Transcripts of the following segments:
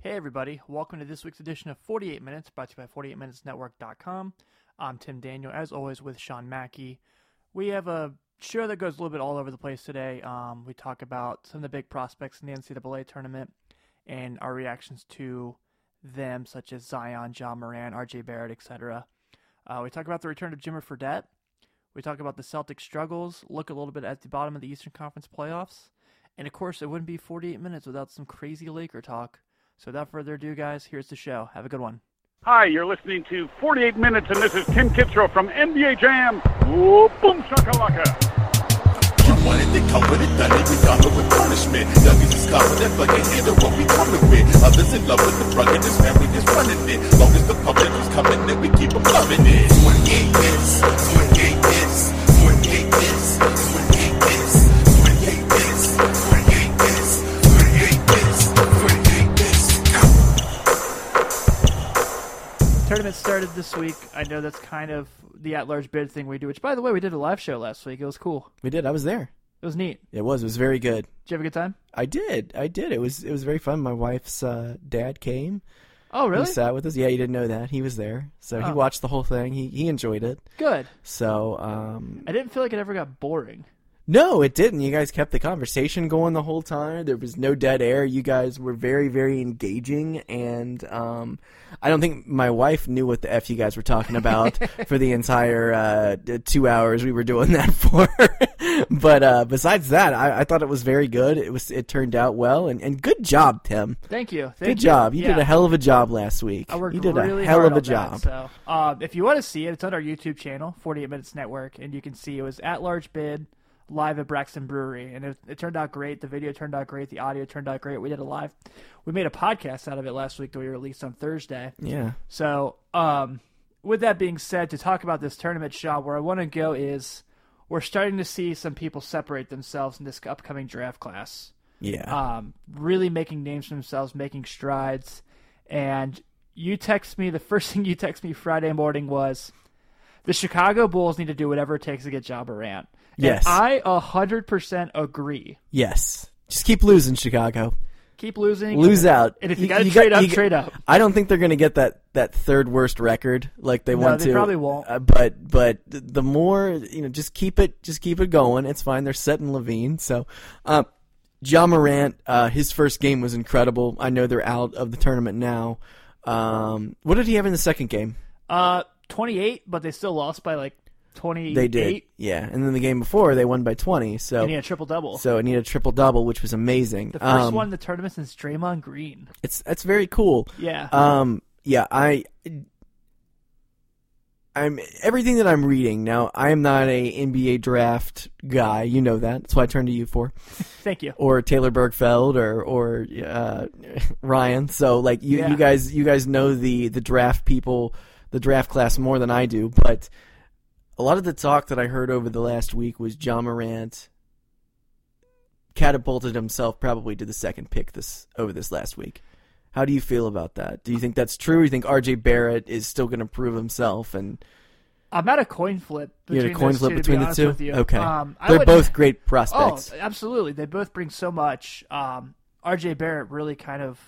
Hey, everybody. Welcome to this week's edition of 48 Minutes, brought to you by 48MinutesNetwork.com. I'm Tim Daniel, as always, with Sean Mackey. We have a show that goes a little bit all over the place today. Um, we talk about some of the big prospects in the NCAA tournament and our reactions to them, such as Zion, John Moran, RJ Barrett, etc. Uh, we talk about the return of Jimmer Fredette. We talk about the Celtics' struggles, look a little bit at the bottom of the Eastern Conference playoffs, and of course, it wouldn't be 48 minutes without some crazy Laker talk. So without further ado, guys, here's the show. Have a good one. Hi, you're listening to 48 Minutes, and this is Tim Kittrow from NBA Jam. Ooh, boom shakalaka. You wanted it, come with it, done it, we done it with punishment. Youngins discovered that fucking either what we coming with. Others in love with the drug and this family is running it. Long as the public is coming, then we keep them loving it. 48 minutes, 48 minutes, 48 minutes, 48 minutes, 48 minutes, 48 minutes, 48 minutes, 48 minutes. Tournament started this week. I know that's kind of the at-large bid thing we do, which, by the way, we did a live show last week. It was cool. We did. I was there. It was neat. It was. It was very good. Did you have a good time? I did. I did. It was. It was very fun. My wife's uh, dad came. Oh, really? He sat with us. Yeah, you didn't know that. He was there. So he Oh. watched the whole thing. He he enjoyed it. Good. So um, I didn't feel like it ever got boring. no, it didn't. You guys kept the conversation going the whole time. There was no dead air. You guys were very very engaging, and um, I don't think my wife knew what the f you guys were talking about for the entire uh, d- two hours we were doing that for. but uh, besides that, I, I thought it was very good. It was it turned out well, and, and good job, Tim. Thank you. Thank Good you. job. You did Yeah. a hell of a job last week. I worked you did really a hell hard of a on that, job. so, um, if you want to see it, it's on our YouTube channel, 48 Minutes Network, and you can see it was at large bid live at Braxton Brewery, and it, it turned out great. The video turned out great. The audio turned out great. We did a live. We made a podcast out of it last week that we released on Thursday. Yeah. So, um, with that being said, to talk about this tournament, Shaw, where I want to go is we're starting to see some people separate themselves in this upcoming draft class Yeah. um, really making names for themselves, making strides. And you text me the first thing you text me Friday morning was the Chicago Bulls need to do whatever it takes to get John Morant. And Yes. I a hundred percent agree. yes. Just keep losing, Chicago. Keep losing, Lose out. and if you, gotta trade got- up, you got- trade up. I don't think they're going to get that, that third worst record like they No, want they to. probably won't. Uh, but but th- the more you know, just keep it just keep it going. It's fine. They're setting Levine. So, uh, John Morant, uh, his first game was incredible. I know they're out of the tournament now. Um, what did he have in the second game? Uh, twenty eight, but they still lost by like twenty. They did. Yeah, and then the game before they won by twenty. So and he had a triple double. So it needed a triple double, which was amazing. the first Um, one in the tournament since Draymond Green. It's that's very cool. Yeah, Um, yeah, I, I'm everything that I'm reading now. I am not a NBA draft guy. You know that. That's what I turned to you for, thank you. or Taylor Bergfeld, or or uh, Ryan. So like you, Yeah. you guys, you guys know the the draft people, the draft class more than I do. But a lot of the talk that I heard over the last week was John Morant catapulted himself probably to the second pick this over this last week. How do you feel about that? Do you think that's true? Or you think RJ Barrett is still going to prove himself? And I'm at a coin flip. you Between had a coin those flip two, to be between the honest two. with you. Okay, um, I they're would- both great prospects. Oh, absolutely. They both bring so much. Um, RJ Barrett really kind of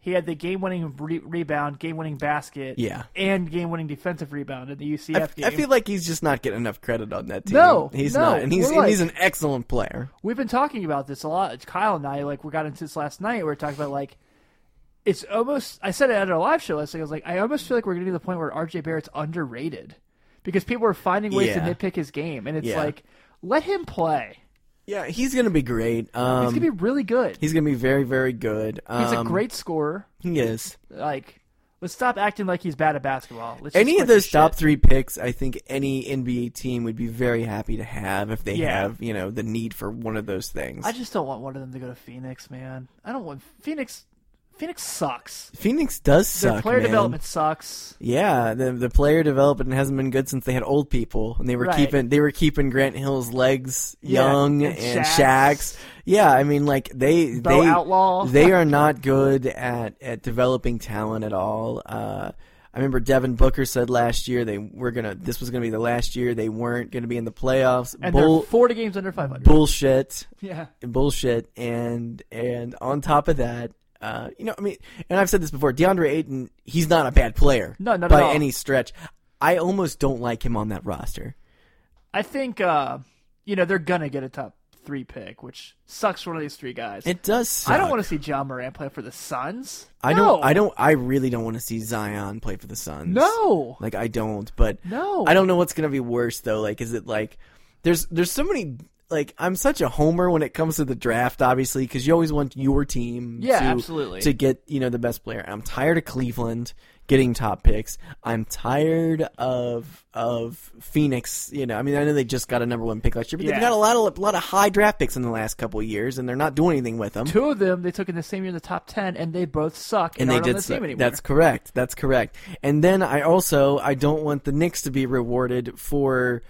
he had the game-winning re- rebound, game-winning basket, Yeah. and game-winning defensive rebound in the UCF I, game. I feel like he's just not getting enough credit on that team. No, he's no, not, and he's we're and he's like- an excellent player. We've been talking about this a lot. Kyle and I, like, we got into this last night. We were talking about like it's almost. I said it at our live show last night. I was like, I almost feel like we're getting to the point where RJ Barrett's underrated because people are finding ways Yeah. to nitpick his game, and it's Yeah. like, let him play. Yeah, he's going to be great. Um, He's gonna be really good. he's going to be very very good. Um, He's a great scorer. He is. like let's stop acting like he's bad at basketball. Let's just any quit of this those shit. top three picks, I think any NBA team would be very happy to have if they Yeah. have you know the need for one of those things. I just don't want one of them to go to Phoenix, man. I don't want Phoenix. Phoenix sucks. Phoenix does Their suck. player man. development sucks. Yeah, the the player development hasn't been good since they had old people, and they were Right. keeping they were keeping Grant Hill's legs Yeah, young and and, Shaq's. Shaq's. Yeah, I mean like they Bo they Outlaw. they are not good at at developing talent at all. Uh, I remember Devin Booker said last year they were gonna this was gonna be the last year they weren't gonna be in the playoffs. And Bull, they're forty games under five hundred. bullshit yeah, bullshit and and on top of that Uh, you know, I mean, and I've said this before. DeAndre Ayton, he's not a bad player. No, not at by all. any stretch. I almost don't like him on that roster. I think uh, you know they're gonna get a top three pick, which sucks for one of these three guys. It does. Suck. I don't want to see John Moran play for the Suns. I no. don't. I don't. I really don't want to see Zion play for the Suns. No. like I don't. But No. I don't know what's gonna be worse though. Like, is it like there's there's so many like I'm such a homer when it comes to the draft, obviously, because you always want your team. Yeah, to, absolutely. To get you know the best player. I'm tired of Cleveland getting top picks. I'm tired of of Phoenix. You know, I mean, I know they just got a number one pick last year, but Yeah. they've got a lot of a lot of high draft picks in the last couple of years, and they're not doing anything with them. Two of them they took in the same year in the top ten, and they both suck. and they aren't on did the so. team anymore. That's correct. That's correct. And then I also I don't want the Knicks to be rewarded for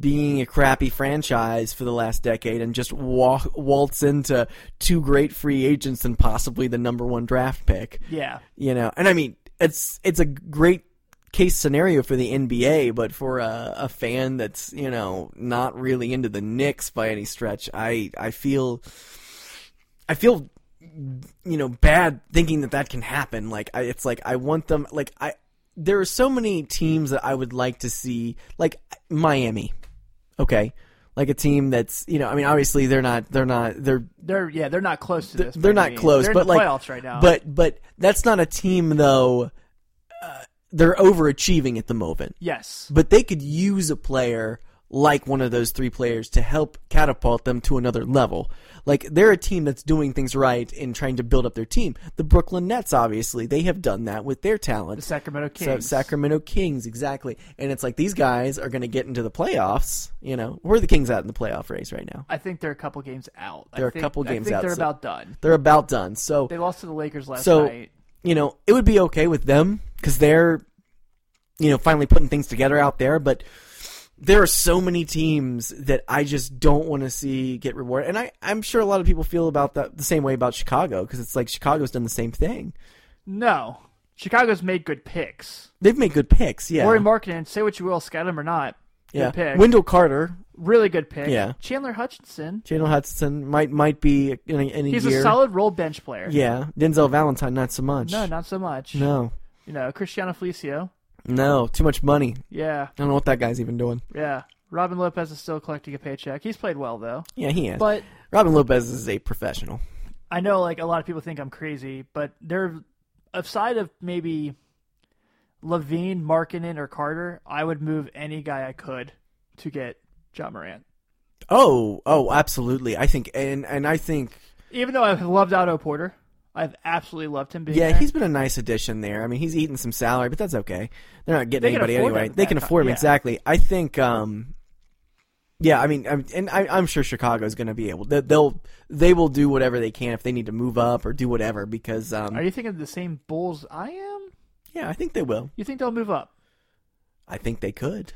being a crappy franchise for the last decade and just wa- waltz into two great free agents and possibly the number one draft pick. yeah. You know, and I mean it's it's a great case scenario for the NBA, but for a, a fan that's you know not really into the Knicks by any stretch, I I feel I feel you know bad thinking that that can happen like I, it's like i want them like i there are so many teams that i would like to see like miami okay like a team that's you know i mean obviously they're not they're not they're They're yeah they're not close to this. they're by not any means. close They're in but the like playoffs right now. but but that's not a team though uh, they're overachieving at the moment yes, but they could use a player like one of those three players to help catapult them to another level. Like they're a team that's doing things right and trying to build up their team. The Brooklyn Nets, obviously, they have done that with their talent. the Sacramento So, Kings. Sacramento Kings, exactly. And it's like these guys are going to get into the playoffs. You know, where are the Kings at in the playoff race right now? I think they're a couple games out. I They're a think- couple I games think out, They're so- about done. They're about done. So They lost to the Lakers last so night. you know it would be okay with them because they're you know finally putting things together out there but there are so many teams that i just don't want to see get rewarded and I, i'm sure a lot of people feel about that the same way about chicago because it's like chicago's done the same thing No, Chicago's made good picks. they've made good picks yeah, Lori Markkinen, say what you will, scout him or not, yeah. good pick. wendell carter really good pick. Yeah. Chandler Hutchinson. Chandler hudson might might be in a, in a He's year a solid role bench player. yeah denzel valentine not so much No, not so much. no You know, Cristiano Felicio. no too much money i Yeah, don't know what that guy's even doing yeah. Robin Lopez is still collecting a paycheck. He's played well though. yeah he is But robin lopez is a professional I know like a lot of people think I'm crazy, but they're aside of maybe Levine, Markinen, or Carter, I would move any guy I could to get John Morant. Oh, oh, absolutely. I think, and and I think, Even though I've loved Otto Porter, I've absolutely loved him being yeah, there. he's been a nice addition there. I mean, he's eating some salary, but that's okay. They're not getting They can anybody afford anyway. him at They that can time, afford him yeah. exactly. I think, um, yeah, I mean, I'm, and I, I'm sure Chicago's going to be able. They, they'll they will do whatever they can if they need to move up or do whatever because, um, Are you thinking of the same Bulls I am? yeah, I think they will. You think they'll move up? I think they could.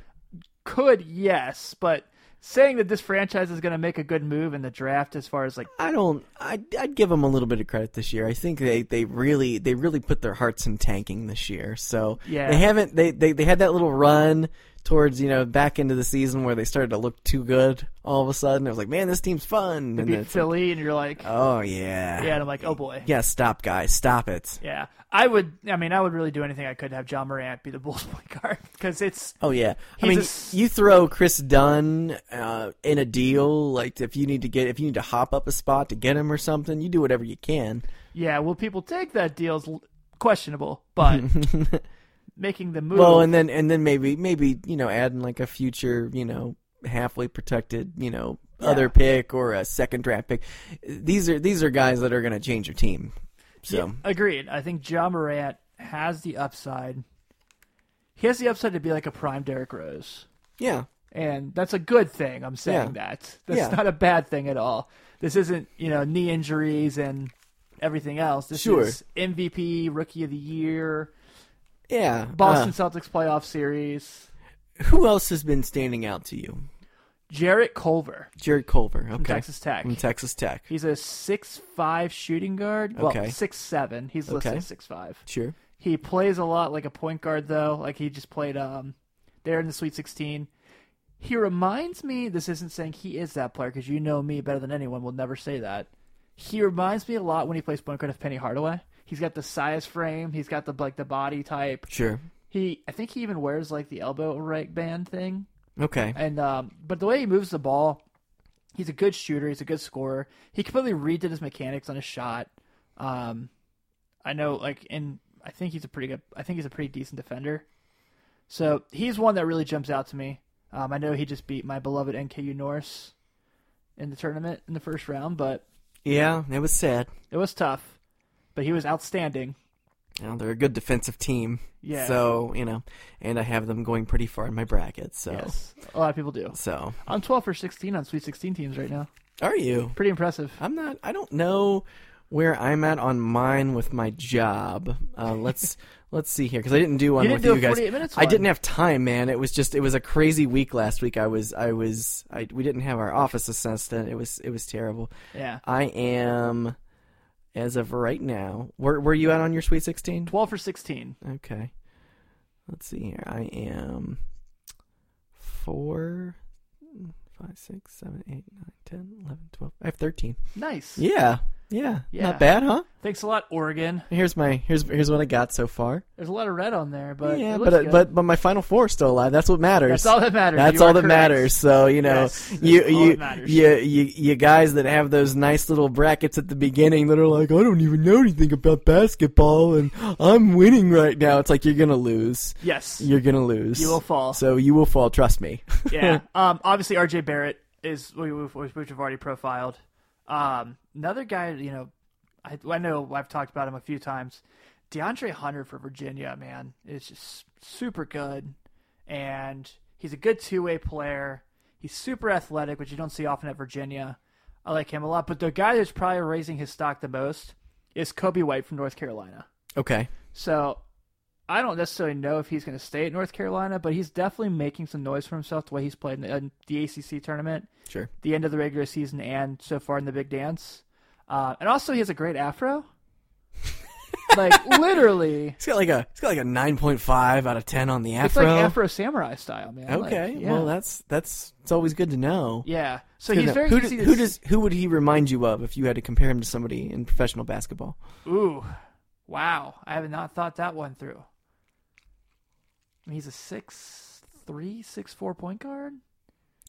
Could, yes, but saying that this franchise is going to make a good move in the draft as far as like I don't. I'd, I'd give them a little bit of credit this year. I think they, they really they really put their hearts in tanking this year. So Yeah. they haven't. They, they they had that little run towards you know back into the season where they started to look too good all of a sudden. It was like, man, this team's fun. And beat it's like, Philly, and you're like, oh yeah, yeah, and I'm like, oh boy, yeah. Stop, guys, stop it. yeah. I would, I mean, I would really do anything I could to have John Morant be the Bulls point guard because it's Oh yeah, I He's mean, a s- you throw Chris Dunn uh, in a deal like if you need to get if you need to hop up a spot to get him or something, you do whatever you can. yeah. Will people take that deal? Is l- questionable, but making the move. Well, and then and then maybe maybe you know adding like a future you know halfway protected you know other pick or a second draft pick. These are these are guys that are going to change your team. So Agreed. I think John Morant has the upside. He has the upside to be like a prime Derrick Rose. yeah, And that's a good thing. I'm saying Yeah. that. That's Yeah. not a bad thing at all. This isn't, you know, knee injuries and everything else. This Sure. is MVP, Rookie of the Year, yeah. Boston Celtics playoff series. Uh, who else has been standing out to you? Jarrett Culver, Jared Culver, okay, Texas Tech. From Texas Tech. He's a six five shooting guard. Well, Okay. six seven. He's listed Okay. as six five. Sure. He plays a lot like a point guard, though. Like he just played um there in the Sweet 16. He reminds me. This isn't saying he is that player because you know me better than anyone. Will never say that. He reminds me a lot when he plays Bunker of Penny Hardaway. He's got the size frame. He's got the like the body type. Sure. He, I think he even wears like the elbow right band thing. Okay. And um, but the way he moves the ball, he's a good shooter. He's a good scorer. He completely redid his mechanics on his shot. Um, I know, like, and I think he's a pretty good. I think he's a pretty decent defender. So he's one that really jumps out to me. Um, I know he just beat my beloved NKU Norse in the tournament in the first round, but Yeah, it was sad. it was tough. But he was outstanding. You know, they're a good defensive team. Yeah. So, you know, and I have them going pretty far in my bracket. So, Yes, a lot of people do. so I'm 12 for 16 on Sweet 16 teams right now. are you? Pretty impressive. I'm not. I don't know where I'm at on mine with my job. Uh, let's let's see here because I didn't do one You with didn't do you a guys. 48 minutes I didn't one. have time, man. It was just it was a crazy week last week. I was I was I we didn't have our office assistant. It was it was terrible. Yeah, I am as of right now. Where were you at on your Sweet Sixteen? 12 for 16. Okay. Let's see here. I am four, five, six, seven, eight, nine, ten, eleven, twelve. I have thirteen. Nice. Yeah. Yeah. Yeah. Not bad, huh? Thanks a lot, Oregon. Here's my here's here's what I got so far. There's a lot of red on there, but yeah, it but uh, looks good. but but my final four is still alive. That's what matters. That's all that matters. That's You all are that correct. matters. So you know, Yes, that's you all you, that matters. you you you guys that have those nice little brackets at the beginning that are like, I don't even know anything about basketball, and I'm winning right now. It's like you're gonna lose. yes, You're gonna lose. You will fall. So you will fall. Trust me. yeah. Um, obviously RJ Barrett is we we've, we've we've already profiled. Um, another guy, you know, I, I know I've talked about him a few times. DeAndre Hunter for Virginia, man, is just super good, and he's a good two way player. He's super athletic, which you don't see often at Virginia. I like him a lot, but the guy that's probably raising his stock the most is Kobe White from North Carolina. okay. So I don't necessarily know if he's going to stay at North Carolina, but he's definitely making some noise for himself the way he's played in the, in the ACC tournament, Sure. the end of the regular season, and so far in the Big Dance. Uh, and also, he has a great afro. like literally, He's got like a he's got like a nine point five out of ten on the afro. it's like afro samurai style, man. Like, Okay. yeah. Well, that's that's it's always good to know. yeah. So Good he's to know. very who, easy to do- who s- does who would he remind you of if you had to compare him to somebody in professional basketball? Ooh, wow! I have not thought that one through. I mean, he's a six three, six four point guard.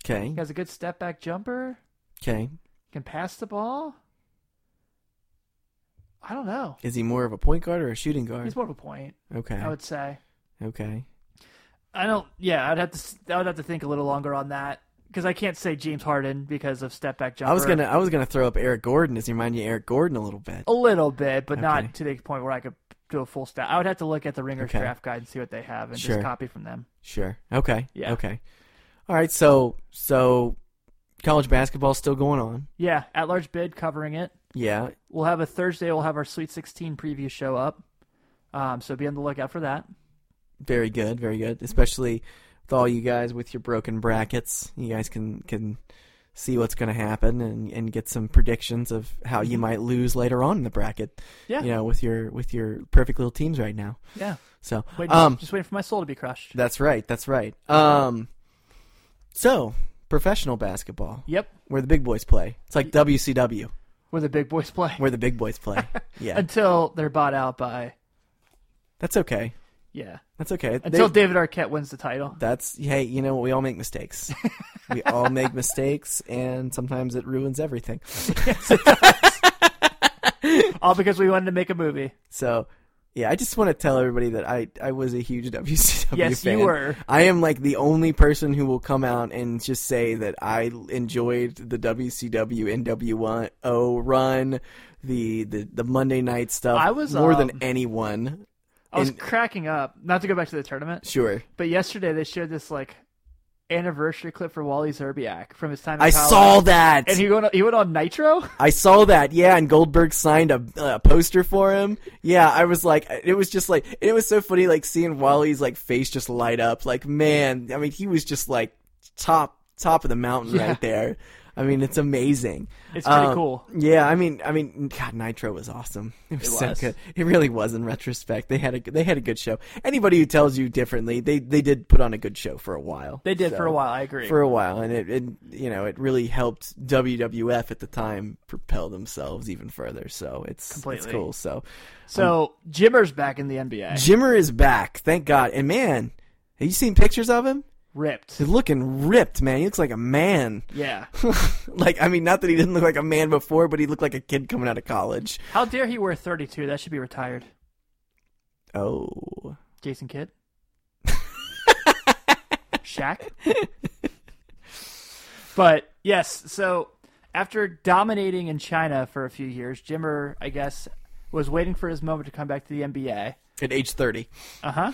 Okay. He has a good step back jumper. Okay. can pass the ball. I don't know. Is he more of a point guard or a shooting guard? He's more of a point, Okay. I would say. Okay. I don't. Yeah, I'd have to. s- I would have to think a little longer on that because I can't say James Harden because of step back jumper. I was gonna I was gonna throw up Eric Gordon. Does he remind you of Eric Gordon a little bit? a little bit, but Okay. not to the point where I could do a full stat. I would have to look at the Ringers Okay. draft guide and see what they have and Sure. just copy from them. Sure. Okay. Yeah. Okay. All right. So so college basketball's still going on. Yeah, at large bid covering it. Yeah. We'll have a Thursday. We'll have our Sweet 16 preview show up. Um, so be on the lookout for that. Very good. Very good. Especially with all you guys with your broken brackets, you guys can can see what's going to happen and and get some predictions of how you might lose later on in the bracket. Mm-hmm. Yeah. You know, with your with your perfect little teams right now. Yeah. So Wait, um just waiting for my soul to be crushed. That's right. That's right. Um, so professional basketball, Yep, where the big boys play. It's like WCW, where the big boys play. where the big boys play. Yeah, until they're bought out by that's okay. yeah That's okay. They- until David Arquette wins the title. that's hey, you know what? We all make mistakes. we all make mistakes, and sometimes it ruins everything. All because we wanted to make a movie. So. Yeah, I just want to tell everybody that I, I was a huge WCW Yes, you fan. were. I am like the only person who will come out and just say that I enjoyed the WCW NWO run, the the, the Monday night stuff. I was, more um, than anyone. I was And- cracking up. Not to go back to the tournament, Sure, but yesterday they shared this like anniversary clip for Wally Zerbiak from his time. In I college. saw that. and he went on- he went on Nitro. I saw that, yeah, and Goldberg signed a, a poster for him. Yeah, I was like, it was just like, it was so funny, like seeing Wally's like face just light up. Like, man, I mean, he was just like top top of the mountain Yeah. right there. I I mean, it's amazing. It's pretty Um, cool. Yeah, I mean, I mean, God, Nitro was awesome. It was, so was. good. It really was. In retrospect, they had a they had a good show. Anybody who tells you differently, they they did put on a good show for a while. They did for a So- while. I agree. for a while, and it, it you know it really helped WWF at the time propel themselves even further. So it's it's Completely. cool. So so Jimmer's back in the NBA. Jimmer is back, thank God. And man, have you seen pictures of him? Ripped. He's looking ripped, man. He looks like a man. Yeah. like I mean, not that he didn't look like a man before, but he looked like a kid coming out of college. How dare he wear 32? That should be retired. Oh, Jason Kidd. Shaq. but yes, so after dominating in China for a few years, Jimmer, I guess, was waiting for his moment to come back to the NBA. at age thirty. Uh huh.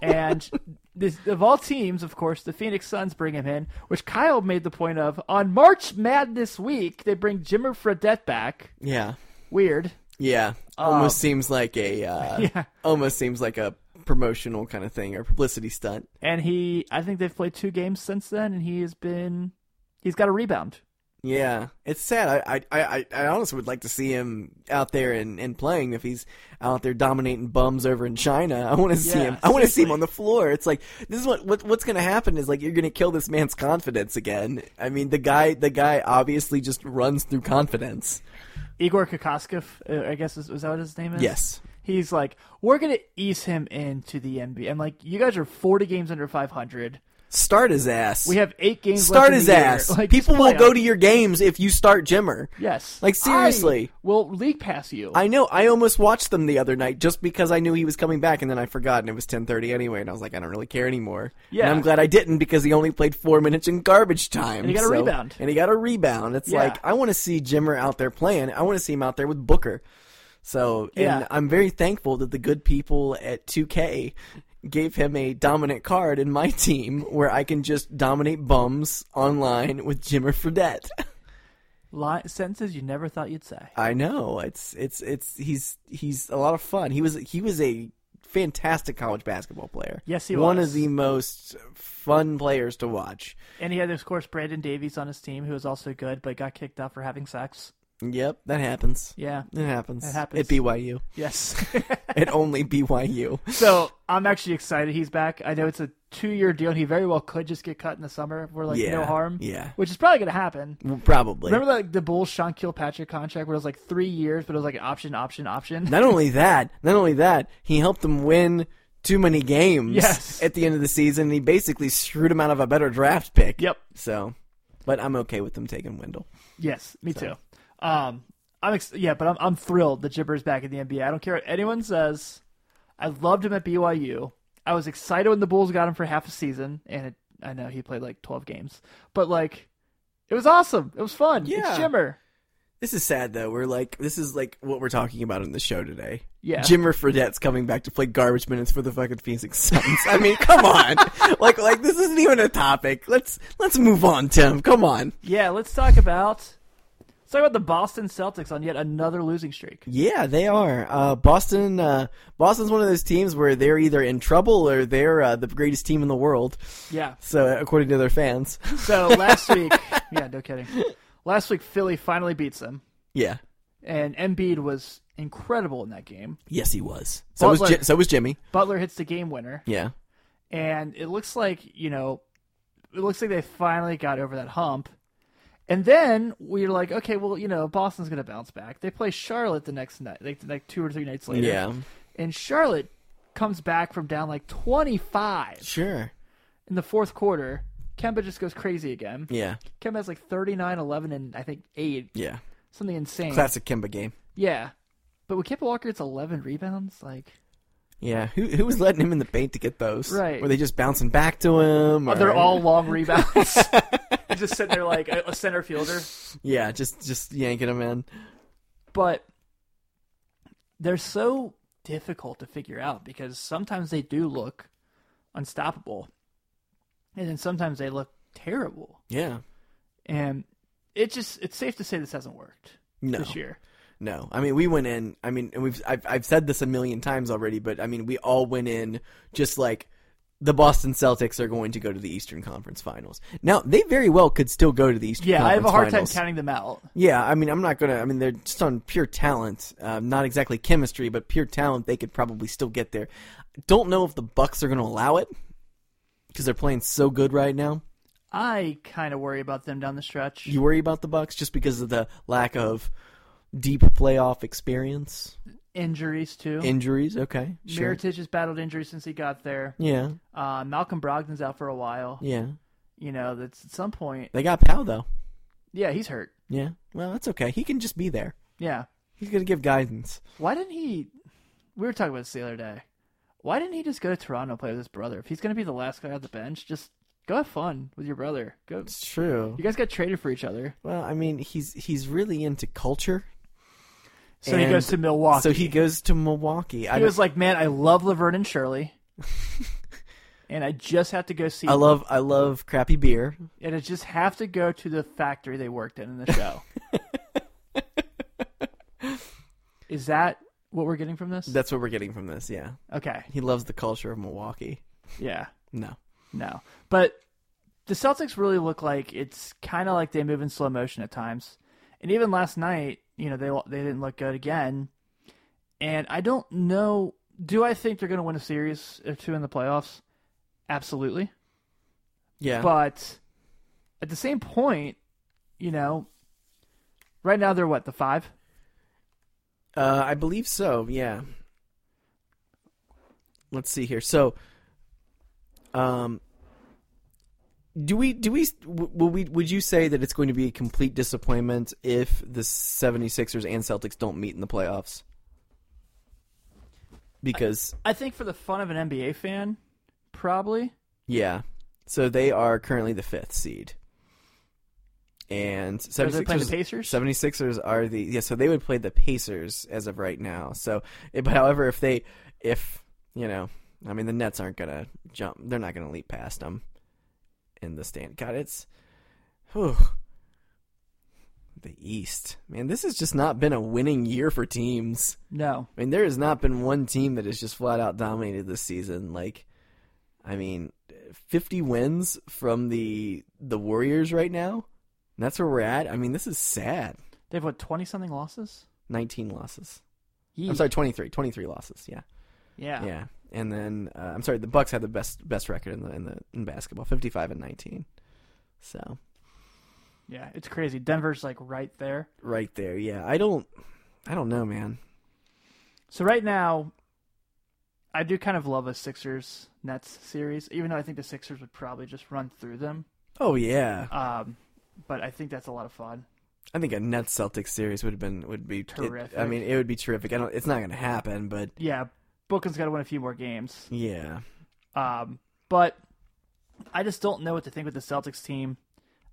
and this, of all teams, of course, the Phoenix Suns bring him in, which Kyle made the point of. On March Madness week, they bring Jimmer Fredette back. Yeah, Weird. yeah. Almost seems like a uh, Yeah. almost seems like a promotional kind of thing or publicity stunt. And he, I think they've played two games since then, and he has been, he's got a rebound. Yeah, it's sad. I I, I, I honestly would like to see him out there and, and playing. If he's out there dominating bums over in China, I want to see Yeah, him. I want to see him seriously. on the floor. It's like this is what, what what's going to happen is like you're going to kill this man's confidence again. I mean, the guy the guy obviously just runs through confidence. Igor Kokoskov, uh, I guess is, is that what his name is? Yes. He's like, we're gonna ease him into the NBA. I'm like, you guys are 40 games under 500. Start his ass. We have eight games. start left in his the year. ass. Like, People just will play go him. to your games if you start Jimmer. Yes. Like, seriously. Well, league pass you. I know. I almost watched them the other night just because I knew he was coming back, and then I forgot, and it was ten thirty anyway, and I was like, I don't really care anymore. Yeah. And I'm glad I didn't because he only played four minutes in garbage time. And he got a so- rebound. And he got a rebound. It's Yeah. like I want to see Jimmer out there playing. I want to see him out there with Booker. So, and Yeah. I'm very thankful that the good people at 2K gave him a dominant card in my team where I can just dominate bums online with Jimmer Fredette. Li- sentences you never thought you'd say. I know. It's it's it's he's he's a lot of fun. He was he was a fantastic college basketball player. Yes, he one was. of the most fun players to watch. And he had, of course, Brandon Davies on his team, who was also good, but got kicked out for having sex. Yep, that happens. Yeah. It happens. It happens. At BYU. Yes. At only BYU. so I'm actually excited he's back. I know it's a two-year deal, and he very well could just get cut in the summer. We're like, no Yeah, harm. yeah. Which is probably gonna happen. Probably. Remember like the Bulls Sean Kilpatrick contract where it was like three years, but it was like option, option, option. not only that, not only that, he helped them win too many games Yes. at the end of the season. And he basically screwed him out of a better draft pick. Yep. So, but I'm okay with them taking Wendell. yes, me too. Um, I'm ex- yeah, but I'm I'm thrilled that Jibber's back in the NBA. I don't care what anyone says. I loved him at BYU. I was excited when the Bulls got him for half a season, and it, I know he played like 12 games, but like it was awesome. It was fun. Yeah. It's Jimmer. This is sad though. We're like, this is like what we're talking about in the show today. Yeah. Jimmer Fredette's coming back to play garbage minutes for the fucking Phoenix Suns. I mean, come on. like, like this isn't even a topic. Let's let's move on, Tim. Come on. Yeah, let's talk about let's talk about the Boston Celtics on yet another losing streak. Yeah, they are. Uh, Boston. Uh, Boston's one of those teams where they're either in trouble or they're uh, the greatest team in the world. Yeah. So, uh, according to their fans. So last week, yeah, no kidding. Last week, Philly finally beats them, yeah. and Embiid was incredible in that game. Yes, he was. So was Butler- Ji- so was Jimmy. Butler hits the game winner, Yeah. and it looks like you know, it looks like they finally got over that hump. And then we're like, okay, well, you know, Boston's gonna bounce back. They play Charlotte the next night, like like two or three nights later. Yeah. and Charlotte comes back from down like twenty five Sure. in the fourth quarter. Kemba just goes crazy again. Yeah. Kemba has like 39, 11, and I think eight, Yeah. something insane. Classic Kimba game. Yeah. But with Kemba Walker, it's 11 rebounds. Like, Yeah, who who was letting him in the paint to get those? Right. Were they just bouncing back to him? Or... Oh, they're all long rebounds. He's just sitting there like a, a center fielder. yeah, just just yanking him in. But they're so difficult to figure out because sometimes they do look unstoppable. And then sometimes they look terrible. Yeah, And it just, it's safe to say this hasn't worked No. this year. no. I mean, we went in. I mean, and we've I've I've said this a million times already, but I mean, we all went in just like the Boston Celtics are going to go to the Eastern Conference Finals. Now, they very well could still go to the Eastern Yeah, I have a hard Conference Finals. time counting them out. Yeah, I mean, I'm not gonna. I mean, they're just on pure talent, um, not exactly chemistry, but pure talent. They could probably still get there. Don't know if the Bucks are gonna allow it because they're playing so good right now. I kind of worry about them down the stretch. You worry about the Bucks just because of the lack of deep playoff experience, Injuries too. injuries. Okay, sure. Miritich has battled injuries since he got there. Yeah, Uh, Malcolm Brogdon's out for a while. yeah. You know, that's at some point. They got Powell though. Yeah, he's hurt. Yeah. Well, that's okay. He can just be there. Yeah. He's gonna give guidance. Why didn't he? We were talking about this the other day. Why didn't he just go to Toronto and play with his brother? If he's going to be the last guy on the bench, just go have fun with your brother. Go. It's true. You guys got traded for each other. Well, I mean, he's he's really into culture. So he And goes to Milwaukee. So he goes to Milwaukee. I He was like, man, I love Laverne and Shirley. and I just have to go see I love I love crappy beer. and I just have to go to the factory they worked in in the show. Is that what we're getting from this? That's what we're getting from this. Yeah, okay. he loves the culture of Milwaukee. Yeah. No, No. But the Celtics really look like it's kind of like they move in slow motion at times. And even last night, you know, they they didn't look good again. And I don't know. Do I think they're going to win a series or two in the playoffs? Absolutely. yeah, But at the same point, you know, right now they're what the five. uh, I believe so. Yeah. Let's see here. So, um, do we do we w- will we would you say that it's going to be a complete disappointment if the 76ers and Celtics don't meet in the playoffs? Because I think for the fun of an NBA fan, probably. Yeah. So they are currently the fifth seed. And Are 76ers, they playing the Pacers? 76ers are the yeah, so they would play the Pacers as of right now. So eh, but however if they if you know, I mean the Nets aren't going to jump. They're not going to leap past them in the stand. God, it's whew. the East. Man, this has just not been a winning year for teams. No, I mean, there has not been one team that has just flat out dominated this season. Like, I mean, 50 wins from the the Warriors right now. And that's where we're at. I mean, this is sad. they've what twenty something losses. 19 losses. Yee. I'm sorry, 23. 23 losses. Yeah, Yeah. yeah. And then uh, I'm sorry, the Bucks had the best best record in the in the in basketball, 55 and 19. So Yeah, It's crazy. Denver's like right there. right there, yeah. I don't, I don't know, man. So right now, I do kind of love a Sixers Nets series, even though I think the Sixers would probably just run through them. Oh yeah, Um, but I think that's a lot of fun. I think a Nets Celtics series would have been would be it- Terrific. I mean, it would be terrific. I don't. It's not going to happen, but Yeah, Brooklyn's got to win a few more games. yeah, Um, but I just don't know what to think with the Celtics team.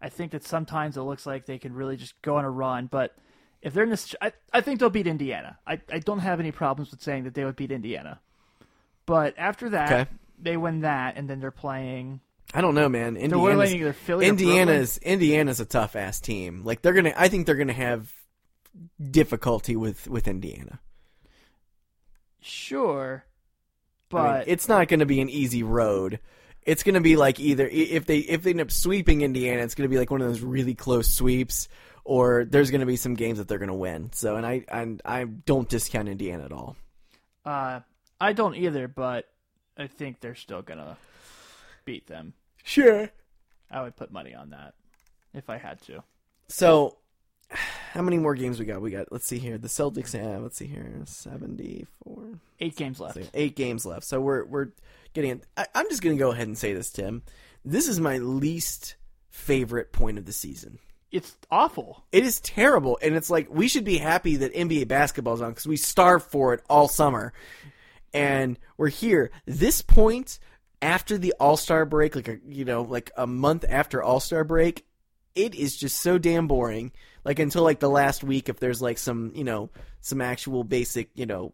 I think that sometimes it looks like they can really just go on a run, but if they're in this, I, I think they'll beat Indiana. I, I don't have any problems with saying that they would beat Indiana. But after that, Okay. they win that, and then they're playing. I don't know, man. what are they, Indiana's, either Philly or Indiana's Indiana's a tough ass team. Like they're gonna. I think they're gonna have difficulty with with Indiana. Sure, I but mean, it's not going to be an easy road. It's going to be like either i- if they if they end up sweeping Indiana, it's going to be like one of those really close sweeps, or there's going to be some games that they're going to win. So, and I and I don't discount Indiana at all. uh, I don't either. But I think they're still gonna beat them. Sure. I would put money on that if I had to. So, how many more games we got? We got. Let's see here. The Celtics have. Let's see here. Seventy-four. Eight games left. So eight games left. So we're we're getting. It. I, I'm just gonna go ahead and say this, Tim. This is my least favorite point of the season. It's awful. It is terrible, and it's like we should be happy that NBA basketball's on because we starved for it all summer, and we're here. This point after the All Star break, like a you know, like a month after All Star break, it is just so damn boring. Like until like the last week, if there's like some you know some actual basic you know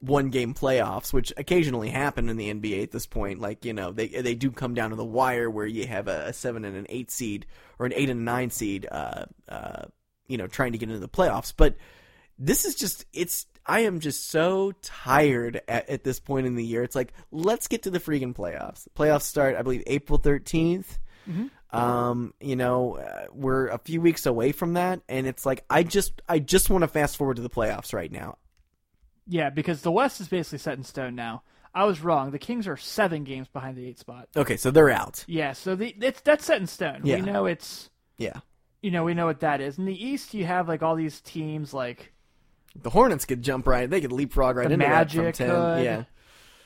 one game playoffs, which occasionally happen in the NBA at this point. Like you know they they do come down to the wire where you have a, a seven and an eight seed or an eight and a nine seed, uh, uh, you know, trying to get into the playoffs. But this is just it's I am just so tired at, at this point in the year. It's like let's get to the freaking playoffs. Playoffs start, I believe, April 13th Um, you know, uh, we're a few weeks away from that, and it's like I just I just want to fast forward to the playoffs right now. Yeah, because the West is basically set in stone now. I was wrong. The Kings are seven games behind the eight spot. Okay, so they're out. Yeah, so the it's that's set in stone. Yeah. We know it's Yeah, you know we know what that is. In the East, you have like all these teams like the Hornets could jump right. They could leapfrog right The into Magic that from ten. could. Yeah,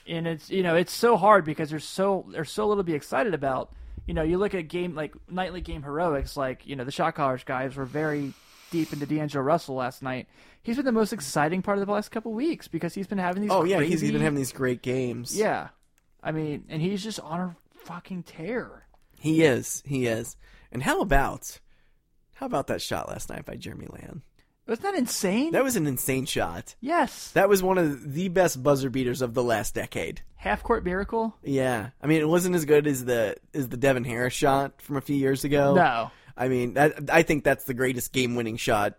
and it's you know it's so hard because there's so there's so little to be excited about. You know, you look at game like nightly game heroics, like you know the shot collars guys were very deep into D'Angelo Russell last night. He's been the most exciting part of the last couple weeks because he's been having these. Oh yeah, he's crazy- even having these great games. Yeah, I mean, and he's just on a fucking tear. he is. He is. And how about how about that shot last night by Jeremy Lamb? Wasn't that insane? That was an insane shot. yes, That was one of the best buzzer beaters of the last decade. half court miracle. Yeah, I mean it wasn't as good as the as the Devin Harris shot from a few years ago. No, I mean that, I think that's the greatest game winning shot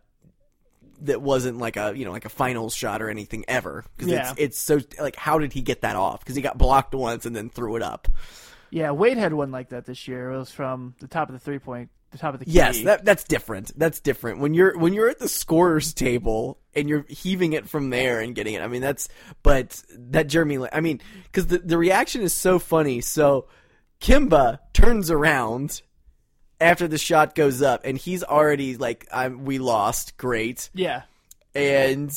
that wasn't like a you know like a finals shot or anything ever because Yeah. it's, it's so like how did he get that off because he got blocked once and then threw it up. yeah, Wade had one like that this year. It was from the top of the three point, the top of the key. Yes, that, that's different. That's different. When you're when you're at the scorers table and you're heaving it from there and getting it. I mean, that's but that Jeremy. Lin- I mean, because the the reaction is so funny. So Kimba turns around after the shot goes up, and he's already like, I'm, "We lost, great." yeah, And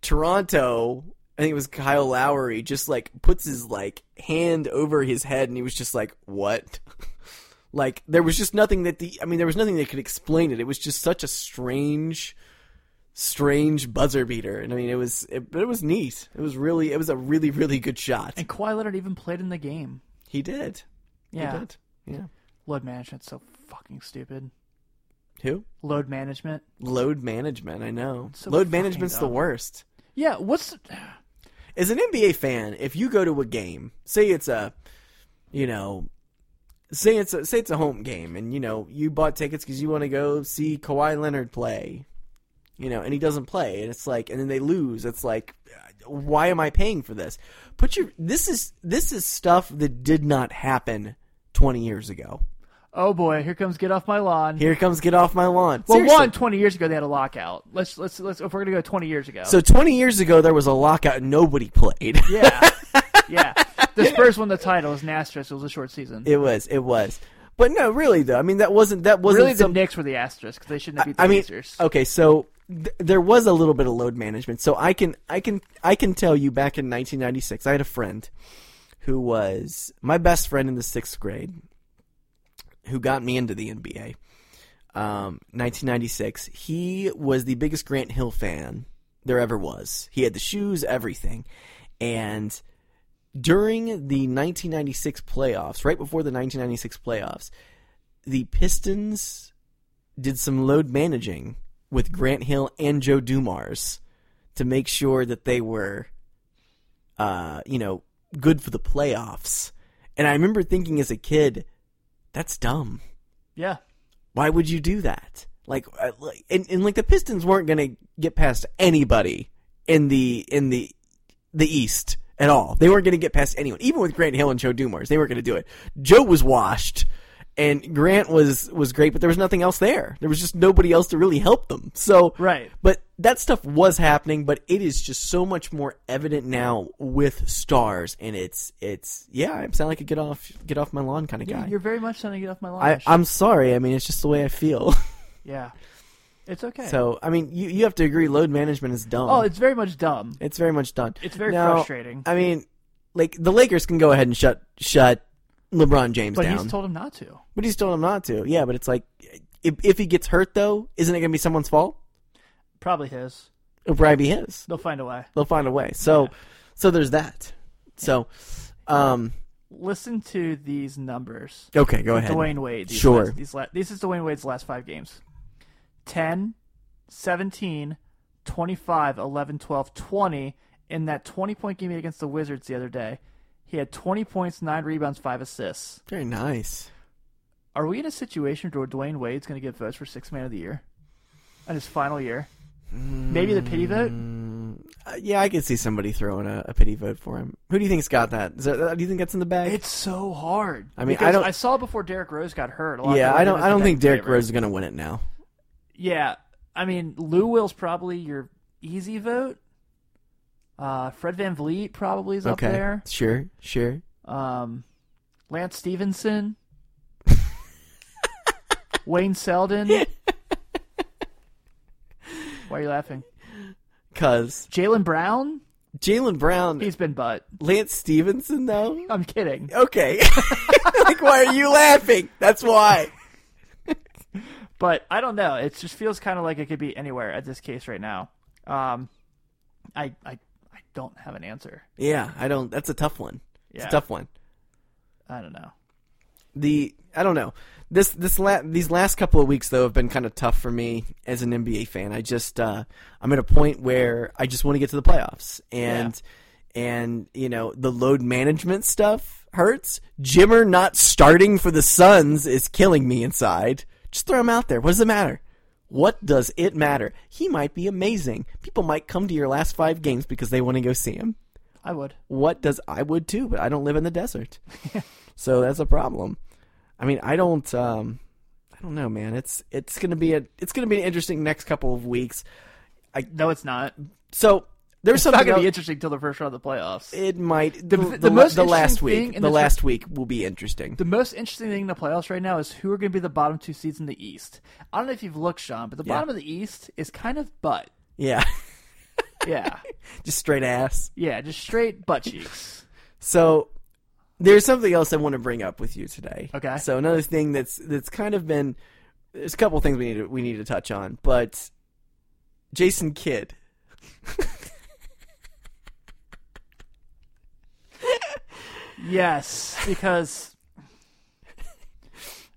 Toronto, I think it was Kyle Lowry, just like puts his like hand over his head, and he was just like, "What?" like there was just nothing that the I mean there was nothing that could explain it. It was just such a strange, strange buzzer beater, and I mean it was it, but it was neat. It was really it was a really really good shot. and Kawhi Leonard even played in the game. He did. He Yeah, did. Yeah. load management's so fucking stupid. Who? Load management. Load management. I know. so Load fucking management's the dumb. worst. Yeah, what's as an NBA fan, if you go to a game, say it's a, you know, say it's a, say it's a home game, and you know you bought tickets because you want to go see Kawhi Leonard play, you know, and he doesn't play, and it's like, and then they lose. It's like, why am I paying for this? Put your this is this is stuff that did not happen twenty years ago. oh boy, here comes get off my lawn. Here comes get off my lawn. well, Seriously. one 20 years ago they had a lockout. Let's let's let's if we're gonna go twenty years ago. So twenty years ago there was a lockout, and nobody played. yeah, yeah. The Spurs won the title. It was an asterisk. It was a short season. It was. It was. But no, really though. I mean, that wasn't that wasn't really, the some- Knicks were the asterisk 'cause they shouldn't have beat the I mean, Pacers. okay, so th- there was a little bit of load management. So I can I can I can tell you back in 1996, I had a friend who was my best friend in the sixth grade, who got me into the NBA. Um, 1996, he was the biggest Grant Hill fan there ever was. He had the shoes, everything, and during the 1996 playoffs, right before the 1996 playoffs, the Pistons did some load managing with Grant Hill and Joe Dumars to make sure that they were, uh, you know, good for the playoffs. And I remember thinking as a kid, that's dumb. Yeah, Why would you do that? Like, uh, like- and, and like the Pistons weren't going to get past anybody in the in the the East at all. They weren't going to get past anyone, even with Grant Hill and Joe Dumars. They weren't going to do it. Joe was washed, and Grant was was great, but there was nothing else there. There was just nobody else to really help them. So Right. but that stuff was happening, but it is just so much more evident now with stars, and it's it's yeah, I sound like a get off get off my lawn kind of yeah. guy. You're very much trying to get off my lawn. I, Ash. I'm sorry. I mean, it's just the way I feel. yeah, it's okay. so, I mean, you, you have to agree. Load management is dumb. oh, it's very much dumb. It's very much done. It's very Now, frustrating. I mean, like the Lakers can go ahead and shut shut LeBron James But down, he's told him not to. but he's told him not to. Yeah, but it's like if, if he gets hurt though, isn't it going to be someone's fault? Probably his. It'll probably be his. They'll find a way. They'll find a way. So, so there's that. So, um, Listen to these numbers. okay, go ahead. Dwayne Wade. These Sure. Last, these, la- this is Dwayne Wade's last five games 10, 17, 25, 11, 12, 20. In that 20 point game against the Wizards the other day, he had 20 points, 9 rebounds, 5 assists. Very nice. Are we in a situation where Dwayne Wade's going to get votes for Sixth Man of the Year in his final year? Maybe the pity vote. Uh, yeah, I could see somebody throwing a, a pity vote for him. Who do you think's got that? Is that do you think that's in the bag? It's so hard. I mean, I Because don't- I saw before Derrick Rose got hurt. A lot of yeah, people I give don't. it I to don't that think Derrick favorite. Rose is going to win it now. Yeah, I mean, Lou Will's probably your easy vote. Uh, Fred Van Vliet probably is up okay, there. sure, sure. Um, Lance Stevenson, Wayne Selden. Why are you laughing? Cause Jalen Brown. Jalen Brown, He's been butt. Lance Stevenson, though. I'm kidding. Okay, like why are you laughing? That's why. But I don't know. It just feels kind of like it could be anywhere at this case right now. Um, I I I don't have an answer. Yeah, I don't. That's a tough one. It's Yeah. a tough one. I don't know. the I don't know. This this la- these last couple of weeks though have been kind of tough for me as an NBA fan. I just uh, I'm at a point where I just want to get to the playoffs and and you know the load management stuff hurts. Jimmer not starting for the Suns is killing me inside. Just throw him out there. What does it matter? What does it matter? He might be amazing. People might come to your last five games because they want to go see him I would. what does I would too, but I don't live in the desert. so that's a problem. I mean, I don't um I don't know, man. It's it's going to be a it's going to be an interesting next couple of weeks. No, it's not. So there's It's not something going to be else- interesting till the first round of the playoffs. it might the, the, the la- most the last interesting thing week in the the- last week will be interesting. the most interesting thing in the playoffs right now is who are going to be the bottom two seeds in the East. I don't know if you've looked, Sean, but the bottom of the East is kind of butt. yeah. Yeah, Just straight ass. yeah, just straight butt cheeks. So there's something else I want to bring up with you today. Okay. So another thing that's that's kind of been there's a couple things we need to, we need to touch on, but Jason Kidd. Yes, because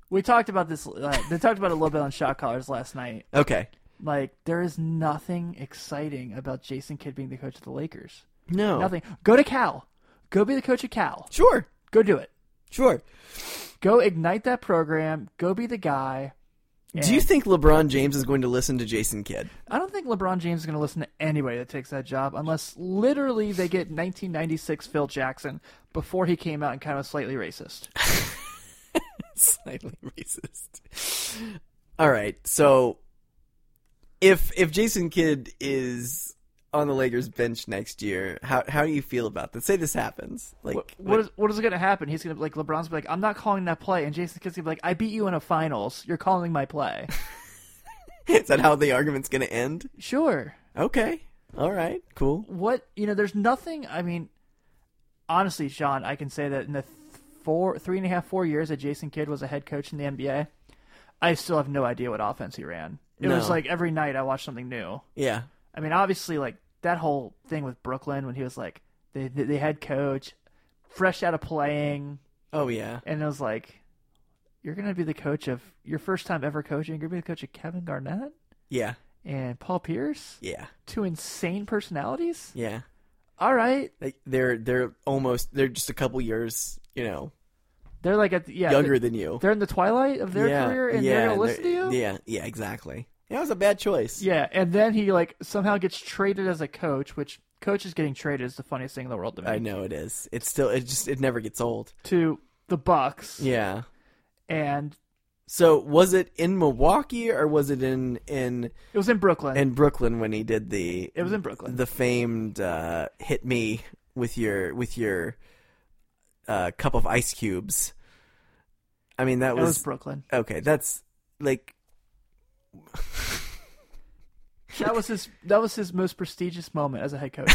we talked about this. Uh, they talked about it a little bit on Shot Callers last night. Okay. Like there is nothing exciting about Jason Kidd being the coach of the Lakers. No. Nothing. Go to Cal. Go be the coach of Cal. Sure. Go do it. Sure. Go ignite that program. Go be the guy. Do you think LeBron James is going to listen to Jason Kidd? I don't think LeBron James is going to listen to anybody that takes that job unless literally they get 1996 Phil Jackson before he came out and kind of slightly racist. Slightly racist. All right. So if if Jason Kidd is on the Lakers bench next year, how how do you feel about that? Say this happens. Like What, what is what is going to happen? He's going to like LeBron's gonna be like, I'm not calling that play, and Jason Kidd's going to be like, I beat you in a finals. You're calling my play. is that how the argument's going to end? sure. Okay. All right. Cool. What you know? There's nothing. I mean, honestly, Sean, I can say that in the th- four, three and a half, four years that Jason Kidd was a head coach in the NBA, I still have no idea what offense he ran. It was No. like every night I watched something new. Yeah. I mean, obviously, like that whole thing with Brooklyn when he was like the the, the head coach, fresh out of playing, Oh yeah. and it was like, you're gonna be the coach of your first time ever coaching. You're gonna be the coach of Kevin Garnett Yeah. and Paul Pierce, Yeah. two insane personalities. Yeah. All right, Like they're they're almost they're just a couple years, you know, they're like at the, yeah, younger than you. They're in the twilight of their yeah, career, and yeah, they're gonna listen to they're- you. Yeah, yeah, exactly. That was a bad choice. Yeah, and then he like somehow gets traded as a coach, which coaches getting traded is the funniest thing in the world to me. I know it is. It's still it just it never gets old. To the Bucks, Yeah. and So was it in Milwaukee or was it in in it was in Brooklyn. in Brooklyn when he did the It was in Brooklyn. the famed uh, hit me with your with your uh, cup of ice cubes? I mean that It was was, Brooklyn. okay. That's like That was his. That was his most prestigious moment as a head coach.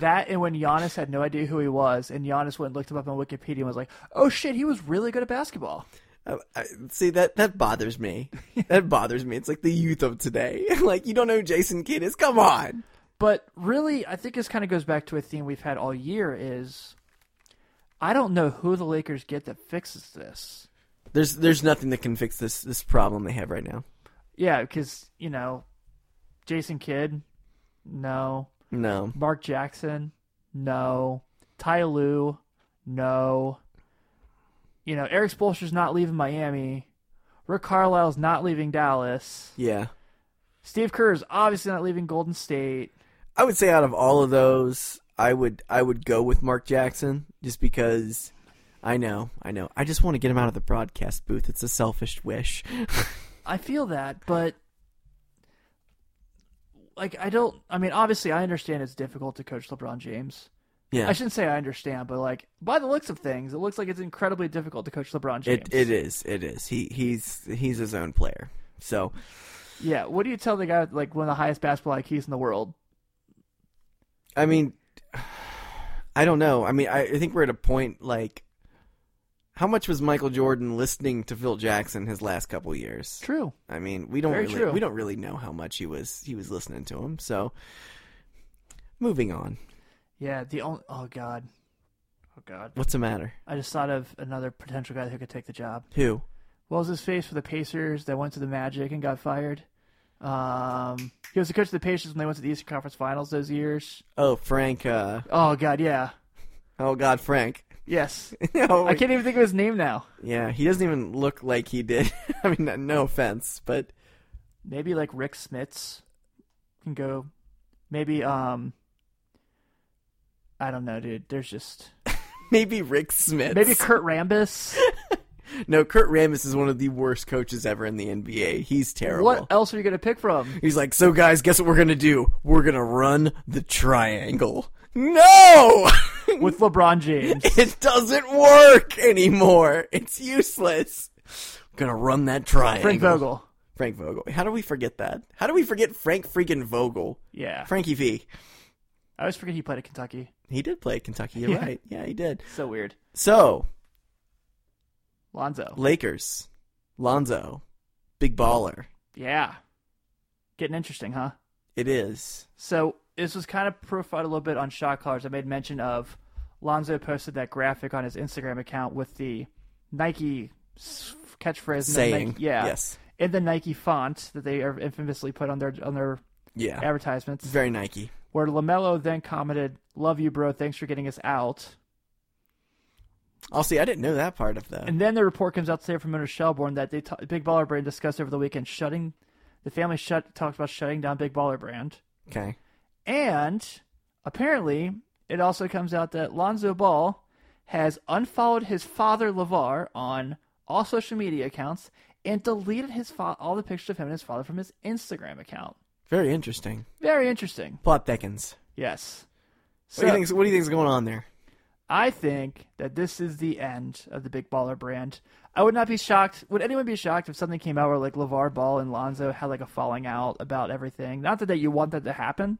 that and when Giannis had no idea who he was, and Giannis went and looked him up on Wikipedia and was like, "Oh shit, he was really good at basketball." I, I, see that that bothers me. that bothers me. It's like the youth of today. like you don't know who Jason Kidd is. Come on. But really, I think this kind of goes back to a theme we've had all year: is I don't know who the Lakers get that fixes this. There's there's nothing that can fix this this problem they have right now. Yeah, because you know, Jason Kidd, no. No. Mark Jackson, no. Ty Lue, no. You know, Eric Spoelstra's not leaving Miami. Rick Carlisle's not leaving Dallas. Yeah. Steve Kerr is obviously not leaving Golden State. I would say out of all of those, I would I would go with Mark Jackson just because I know, I know. I just want to get him out of the broadcast booth. It's a selfish wish. I feel that, but like I don't. I mean, obviously, I understand it's difficult to coach LeBron James. yeah. I shouldn't say I understand, but like by the looks of things, it looks like it's incredibly difficult to coach LeBron James. it it is. It is. He he's he's his own player. So, Yeah. What do you tell the guy with like one of the highest basketball IQs in the world? I mean, I don't know. I mean, I, I think we're at a point like how much was Michael Jordan listening to Phil Jackson his last couple years? True. I mean, we don't Very really true. we don't really know how much he was he was listening to him. So, moving on. Yeah. The only. Oh God. Oh God. What's the matter? I just thought of another potential guy who could take the job. Who? What was his face for the Pacers that went to the Magic and got fired? Um, he was the coach of the Pacers when they went to the Eastern Conference Finals those years. Oh, Frank. Uh, Oh God. Yeah. oh God, Frank. Yes. oh, I can't even think of his name now. Yeah, he doesn't even look like he did. I mean, no offense, but Maybe like Rick Smits can go. Maybe um. I don't know, dude. There's just maybe Rick Smith. maybe Kurt Rambis. no. Kurt Rambis is one of the worst coaches ever in the NBA. He's terrible. What else are you gonna pick from? He's like, so guys, guess what we're gonna do? We're gonna run the triangle. No, With LeBron James. it doesn't work anymore. It's useless. We're gonna run that triangle. Frank Vogel. Frank Vogel. How do we forget that? How do we forget Frank freaking Vogel? Yeah. Frankie V. I always forget he played at Kentucky. He did play at Kentucky. You're Yeah. right. Yeah, he did. So weird. So Lonzo. Lakers, Lonzo, big baller. Yeah. Getting interesting, huh? It is. So this was kind of profiled a little bit on shot callers. I made mention of Lonzo posted that graphic on his Instagram account with the Nike s- catchphrase. and the Saying, Nike, yeah. yes. In the Nike font that they are infamously put on their on their Yeah. advertisements. Very Nike. where LaMelo then commented, Love you, bro. Thanks for getting us out. Oh, see, I didn't know that part of that. And then the report comes out today from Owner Shelbourne that they ta- Big Baller Brand discussed over the weekend shutting the family shut talked about shutting down Big Baller Brand, Okay. and apparently it also comes out that Lonzo Ball has unfollowed his father Lavar on all social media accounts and deleted his fa- all the pictures of him and his father from his Instagram account. Very interesting. Very interesting. Plot thickens. Yes. What do you think? What do you think's going on there? I think that this is the end of the Big Baller brand. I would not be shocked. Would anyone be shocked if something came out where like LeVar Ball and Lonzo had like a falling out about everything? Not that, that you want that to happen,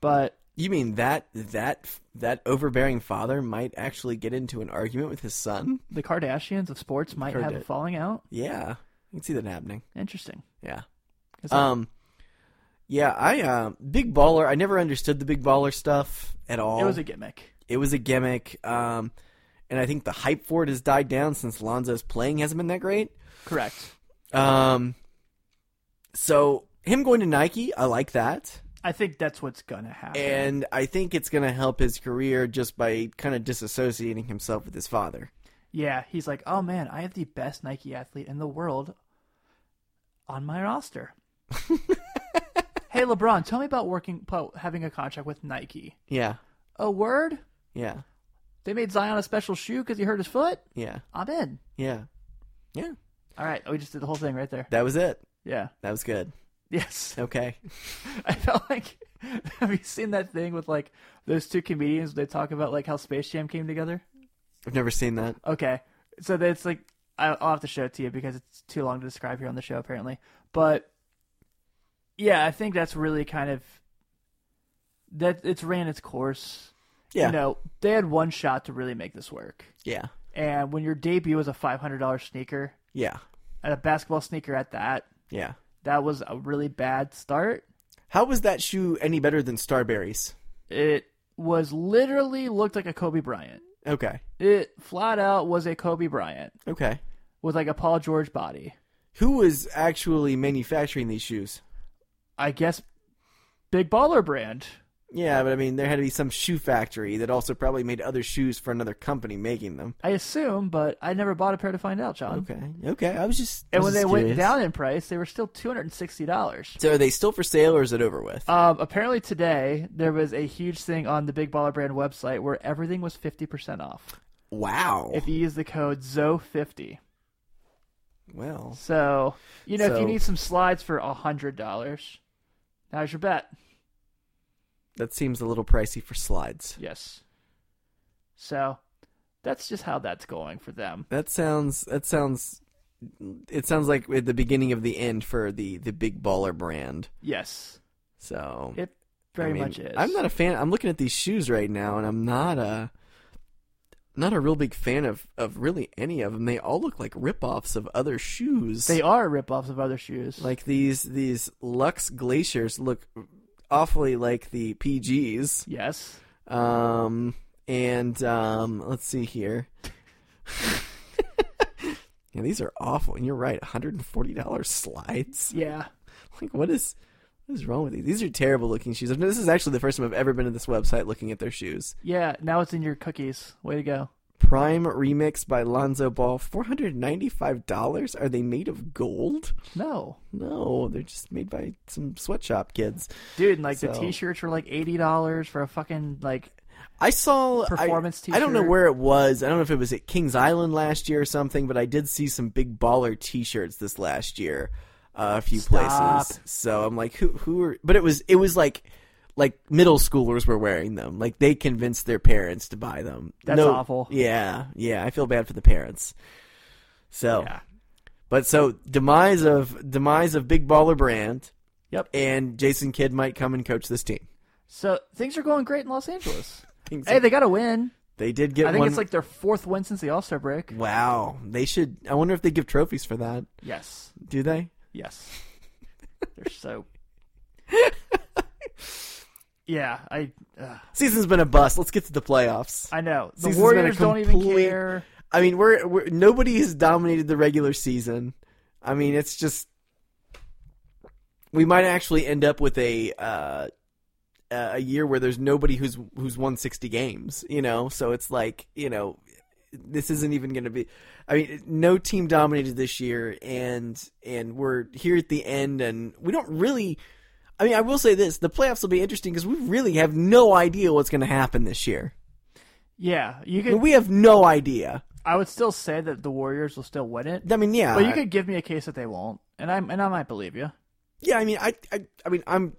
but You mean that that that overbearing father might actually get into an argument with his son? the Kardashians of sports might Heard have a it. falling out. Yeah, I can see that happening. Interesting. Yeah. 'Cause, like, Um. Yeah, I uh, big baller. I never understood the big baller stuff at all. it was a gimmick. it was a gimmick. Um, and I think the hype for it has died down since Lonzo's playing hasn't been that great. Correct. Um, so him going to Nike, I like that, I think that's what's gonna happen. and I think it's going to help his career just by kind of disassociating himself with his father. yeah, he's like, oh man, I have the best Nike athlete in the world on my roster. hey LeBron, tell me about working, about having a contract with Nike. Yeah, A word? yeah, They made Zion a special shoe because he hurt his foot? yeah, I'm in. yeah, yeah. All right. We just did the whole thing right there. That was it. Yeah. That was good. Yes. Okay. I felt like. Have you seen that thing with like those two comedians? They talk about like how Space Jam came together. I've never seen that. Okay. So that's like. I- I'll have to show it to you because it's too long to describe here on the show, apparently. But yeah, I think that's really kind of. That it's ran its course. Yeah. You know, they had one shot to really make this work. Yeah. And when your debut was a $500 sneaker, Yeah. and a basketball sneaker at that. Yeah. That was a really bad start. How was that shoe any better than Starberries? It was literally looked like a Kobe Bryant. Okay. It flat out was a Kobe Bryant Okay. with like a Paul George body. Who was actually manufacturing these shoes? I guess Big Baller Brand. Yeah, but I mean, there had to be some shoe factory that also probably made other shoes for another company making them. I assume, but I never bought a pair to find out, John. Okay, okay. I was just. Mm. I And was when they just went curious. down in price, they were still two hundred and sixty dollars. so are they still for sale or is it over with? Um, apparently today there was a huge thing on the Big Baller Brand website where everything was fifty percent off wow. if you use the code ZO50. well, So you know if So- you need some slides for hundred dollars, now's your bet. that seems a little pricey for slides. Yes. So that's just how that's going for them. That sounds. That sounds. It sounds like at the beginning of the end for the the big baller brand. Yes, So it very I mean, much is. I'm not a fan. I'm looking at these shoes right now, and I'm not a not a real big fan of of really any of them. They all look like ripoffs of other shoes. They are rip-offs of other shoes. like these these Lux Glaciers look awfully like the PGs. yes, Um, and um, let's see here. yeah, these are awful. And you're right, $140 slides. yeah. Like, what is what is wrong with these? These are terrible looking shoes. I've- This is actually the first time I've ever been to this website looking at their shoes. Yeah, now it's in your cookies. Way to go. Prime Remix by Lonzo Ball, $495. Are they made of gold? No. No, they're just made by some sweatshop kids. Dude, and like the So- t-shirts were like $80 for a fucking like I saw I- Performance I, don't know t-shirt. where it was. I don't know if it was at Kings Island last year or something, but I did see some big baller T-shirts this last year, uh, a few Stop. places. So I'm like, who who are? But it was it was like like middle schoolers were wearing them. Like they convinced their parents to buy them. That's No- awful. Yeah, yeah. I feel bad for the parents. So, Yeah. but so demise of demise of big baller brand, Yep. and Jason Kidd might come and coach this team. So things are going great in Los Angeles. Things- hey, they got to win. they did get. I think one, Mm. it's like their fourth win since the All-Star break. Wow, they should. I wonder if they give trophies for that. Yes. Do they? Yes. They're so Yeah, I uh, Season's been a bust. Let's get to the playoffs. I know. The Season's been a Warriors don't even complete- care. I mean, we're, we're nobody has dominated the regular season. I mean, it's just we might actually end up with a uh, a year where there's nobody who's who's won sixty games. You know, so it's like you know, this isn't even going to be. I mean, no team dominated this year, and and we're here at the end, and we don't really. I mean, I will say this: the playoffs will be interesting because we really have no idea what's going to happen this year. Yeah, you I mean, could we have no idea. I would still say that the Warriors will still win it. I mean, yeah, But you could give me a case that they won't, and I and I might believe you. Yeah, I mean, I, I, I mean, I'm.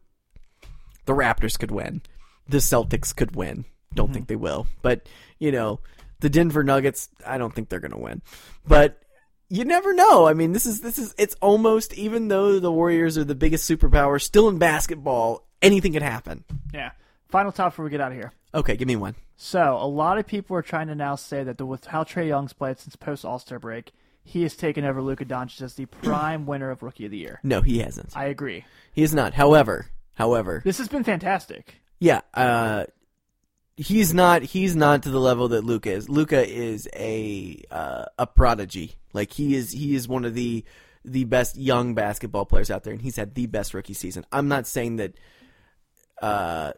The Raptors could win. The Celtics could win. Don't think they will, but you know, the Denver Nuggets. I don't think they're going to win, but you never know. I mean, this is this is it's almost even though the Warriors are the biggest superpower still in basketball, anything could happen. Yeah. Final top before we get out of here. Okay, give me one. So a lot of people are trying to now say that the, with how Trey Young's played since post All Star break, he has taken over Luka Doncic as the prime winner of Rookie of the Year. No, he hasn't. I agree. He is not. However, however, This has been fantastic. Yeah, uh, he's not he's not to the level that Luca is. Luca is a uh, a prodigy. Like he is he is one of the the best young basketball players out there, and he's had the best rookie season. I'm not saying that. Uh,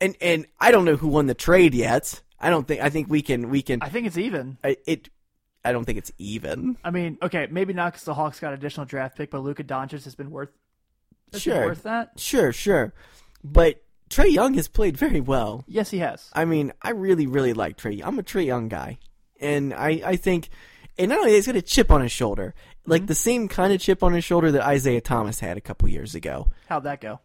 and and I don't know who won the trade yet. I don't think I think we can we can I think it's even. I, it. I don't think it's even. I mean, okay, maybe not because the Hawks got additional draft pick, but Luka Doncic has been worth has been Sure. worth that. Sure, sure, but Trey Young has played very well. Yes, he has. I mean, I really, really like Trey. I'm a Trey Young guy, and I, I think, and not only that, he's got a chip on his shoulder, Mm-hmm. like the same kind of chip on his shoulder that Isaiah Thomas had a couple years ago. How'd that go?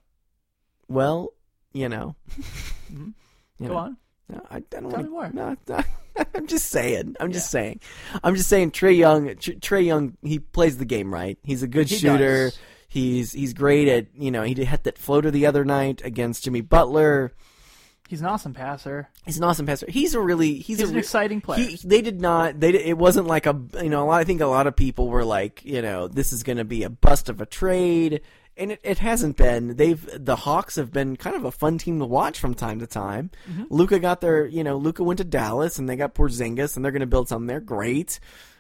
Well, you know, You Mm-hmm. Go know. on. No, I, I don't Tell wanna, me more. No, no, I'm just saying. I'm just saying. I'm just saying. Trey Young. Tr- Trey Young. He plays the game right. He's a good He shooter. does. He's he's great at you know. He had that floater the other night against Jimmy Butler. He's an awesome passer. He's an awesome passer. He's a really he's, He's a an re- exciting player. He, they did not they di- it wasn't like a you know a lot, I think a lot of people were like you know this is going to be a bust of a trade and it, it hasn't been. They've the Hawks have been kind of a fun team to watch from time to time. Mm-hmm. Luca got their you know Luca went to Dallas and they got Porzingis and they're going to build something. They're great.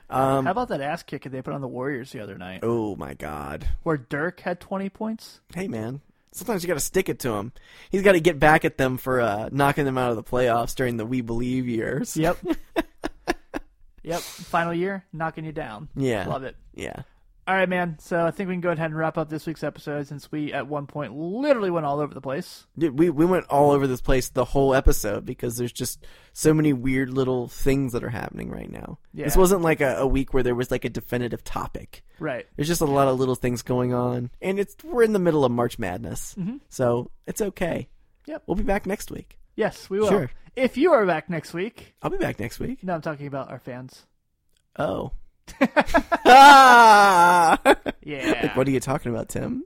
Um, How about that ass kick that they put on the Warriors the other night, Oh my God. where Dirk had twenty points? Hey man. sometimes you got to stick it to him. He's got to get back at them for uh, knocking them out of the playoffs during the We Believe years. Yep. yep. Final year, knocking you down. Yeah. Love it. Yeah. All right, man. So I think we can go ahead and wrap up this week's episode since we at one point literally went all over the place. Dude, we, we went all over this place the whole episode because there's just so many weird little things that are happening right now. Yeah. This wasn't like a, a week where there was like a definitive topic. Right. There's just a lot of little things going on, and it's we're in the middle of March Madness, so it's okay. Mm-hmm. Yep. We'll be back next week. Yes, we will. Sure. If you are back next week, I'll be back next week. no, I'm talking about our fans. Oh. Ah! Yeah. Like, what are you talking about, Tim?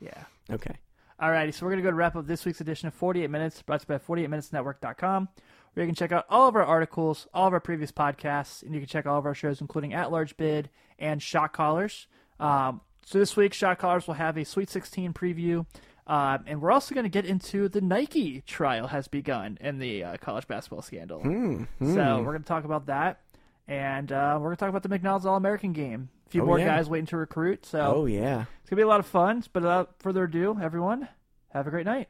Yeah. Okay. Alrighty, so we're going to go to wrap up this week's edition of 48 Minutes, brought to you by 48minutesnetwork.com, where you can check out all of our articles, all of our previous podcasts, and you can check all of our shows, including At Large Bid and Shot Callers. Um, so this week, Shot Callers will have a Sweet 16 preview, um, and we're also going to get into the Nike trial has begun in the uh, college basketball scandal. Hmm, So we're going to talk about that, and uh, we're going to talk about the McDonald's All-American game. A few Oh, more yeah. guys waiting to recruit, so Oh yeah. it's gonna be a lot of fun. But without further ado, everyone, have a great night.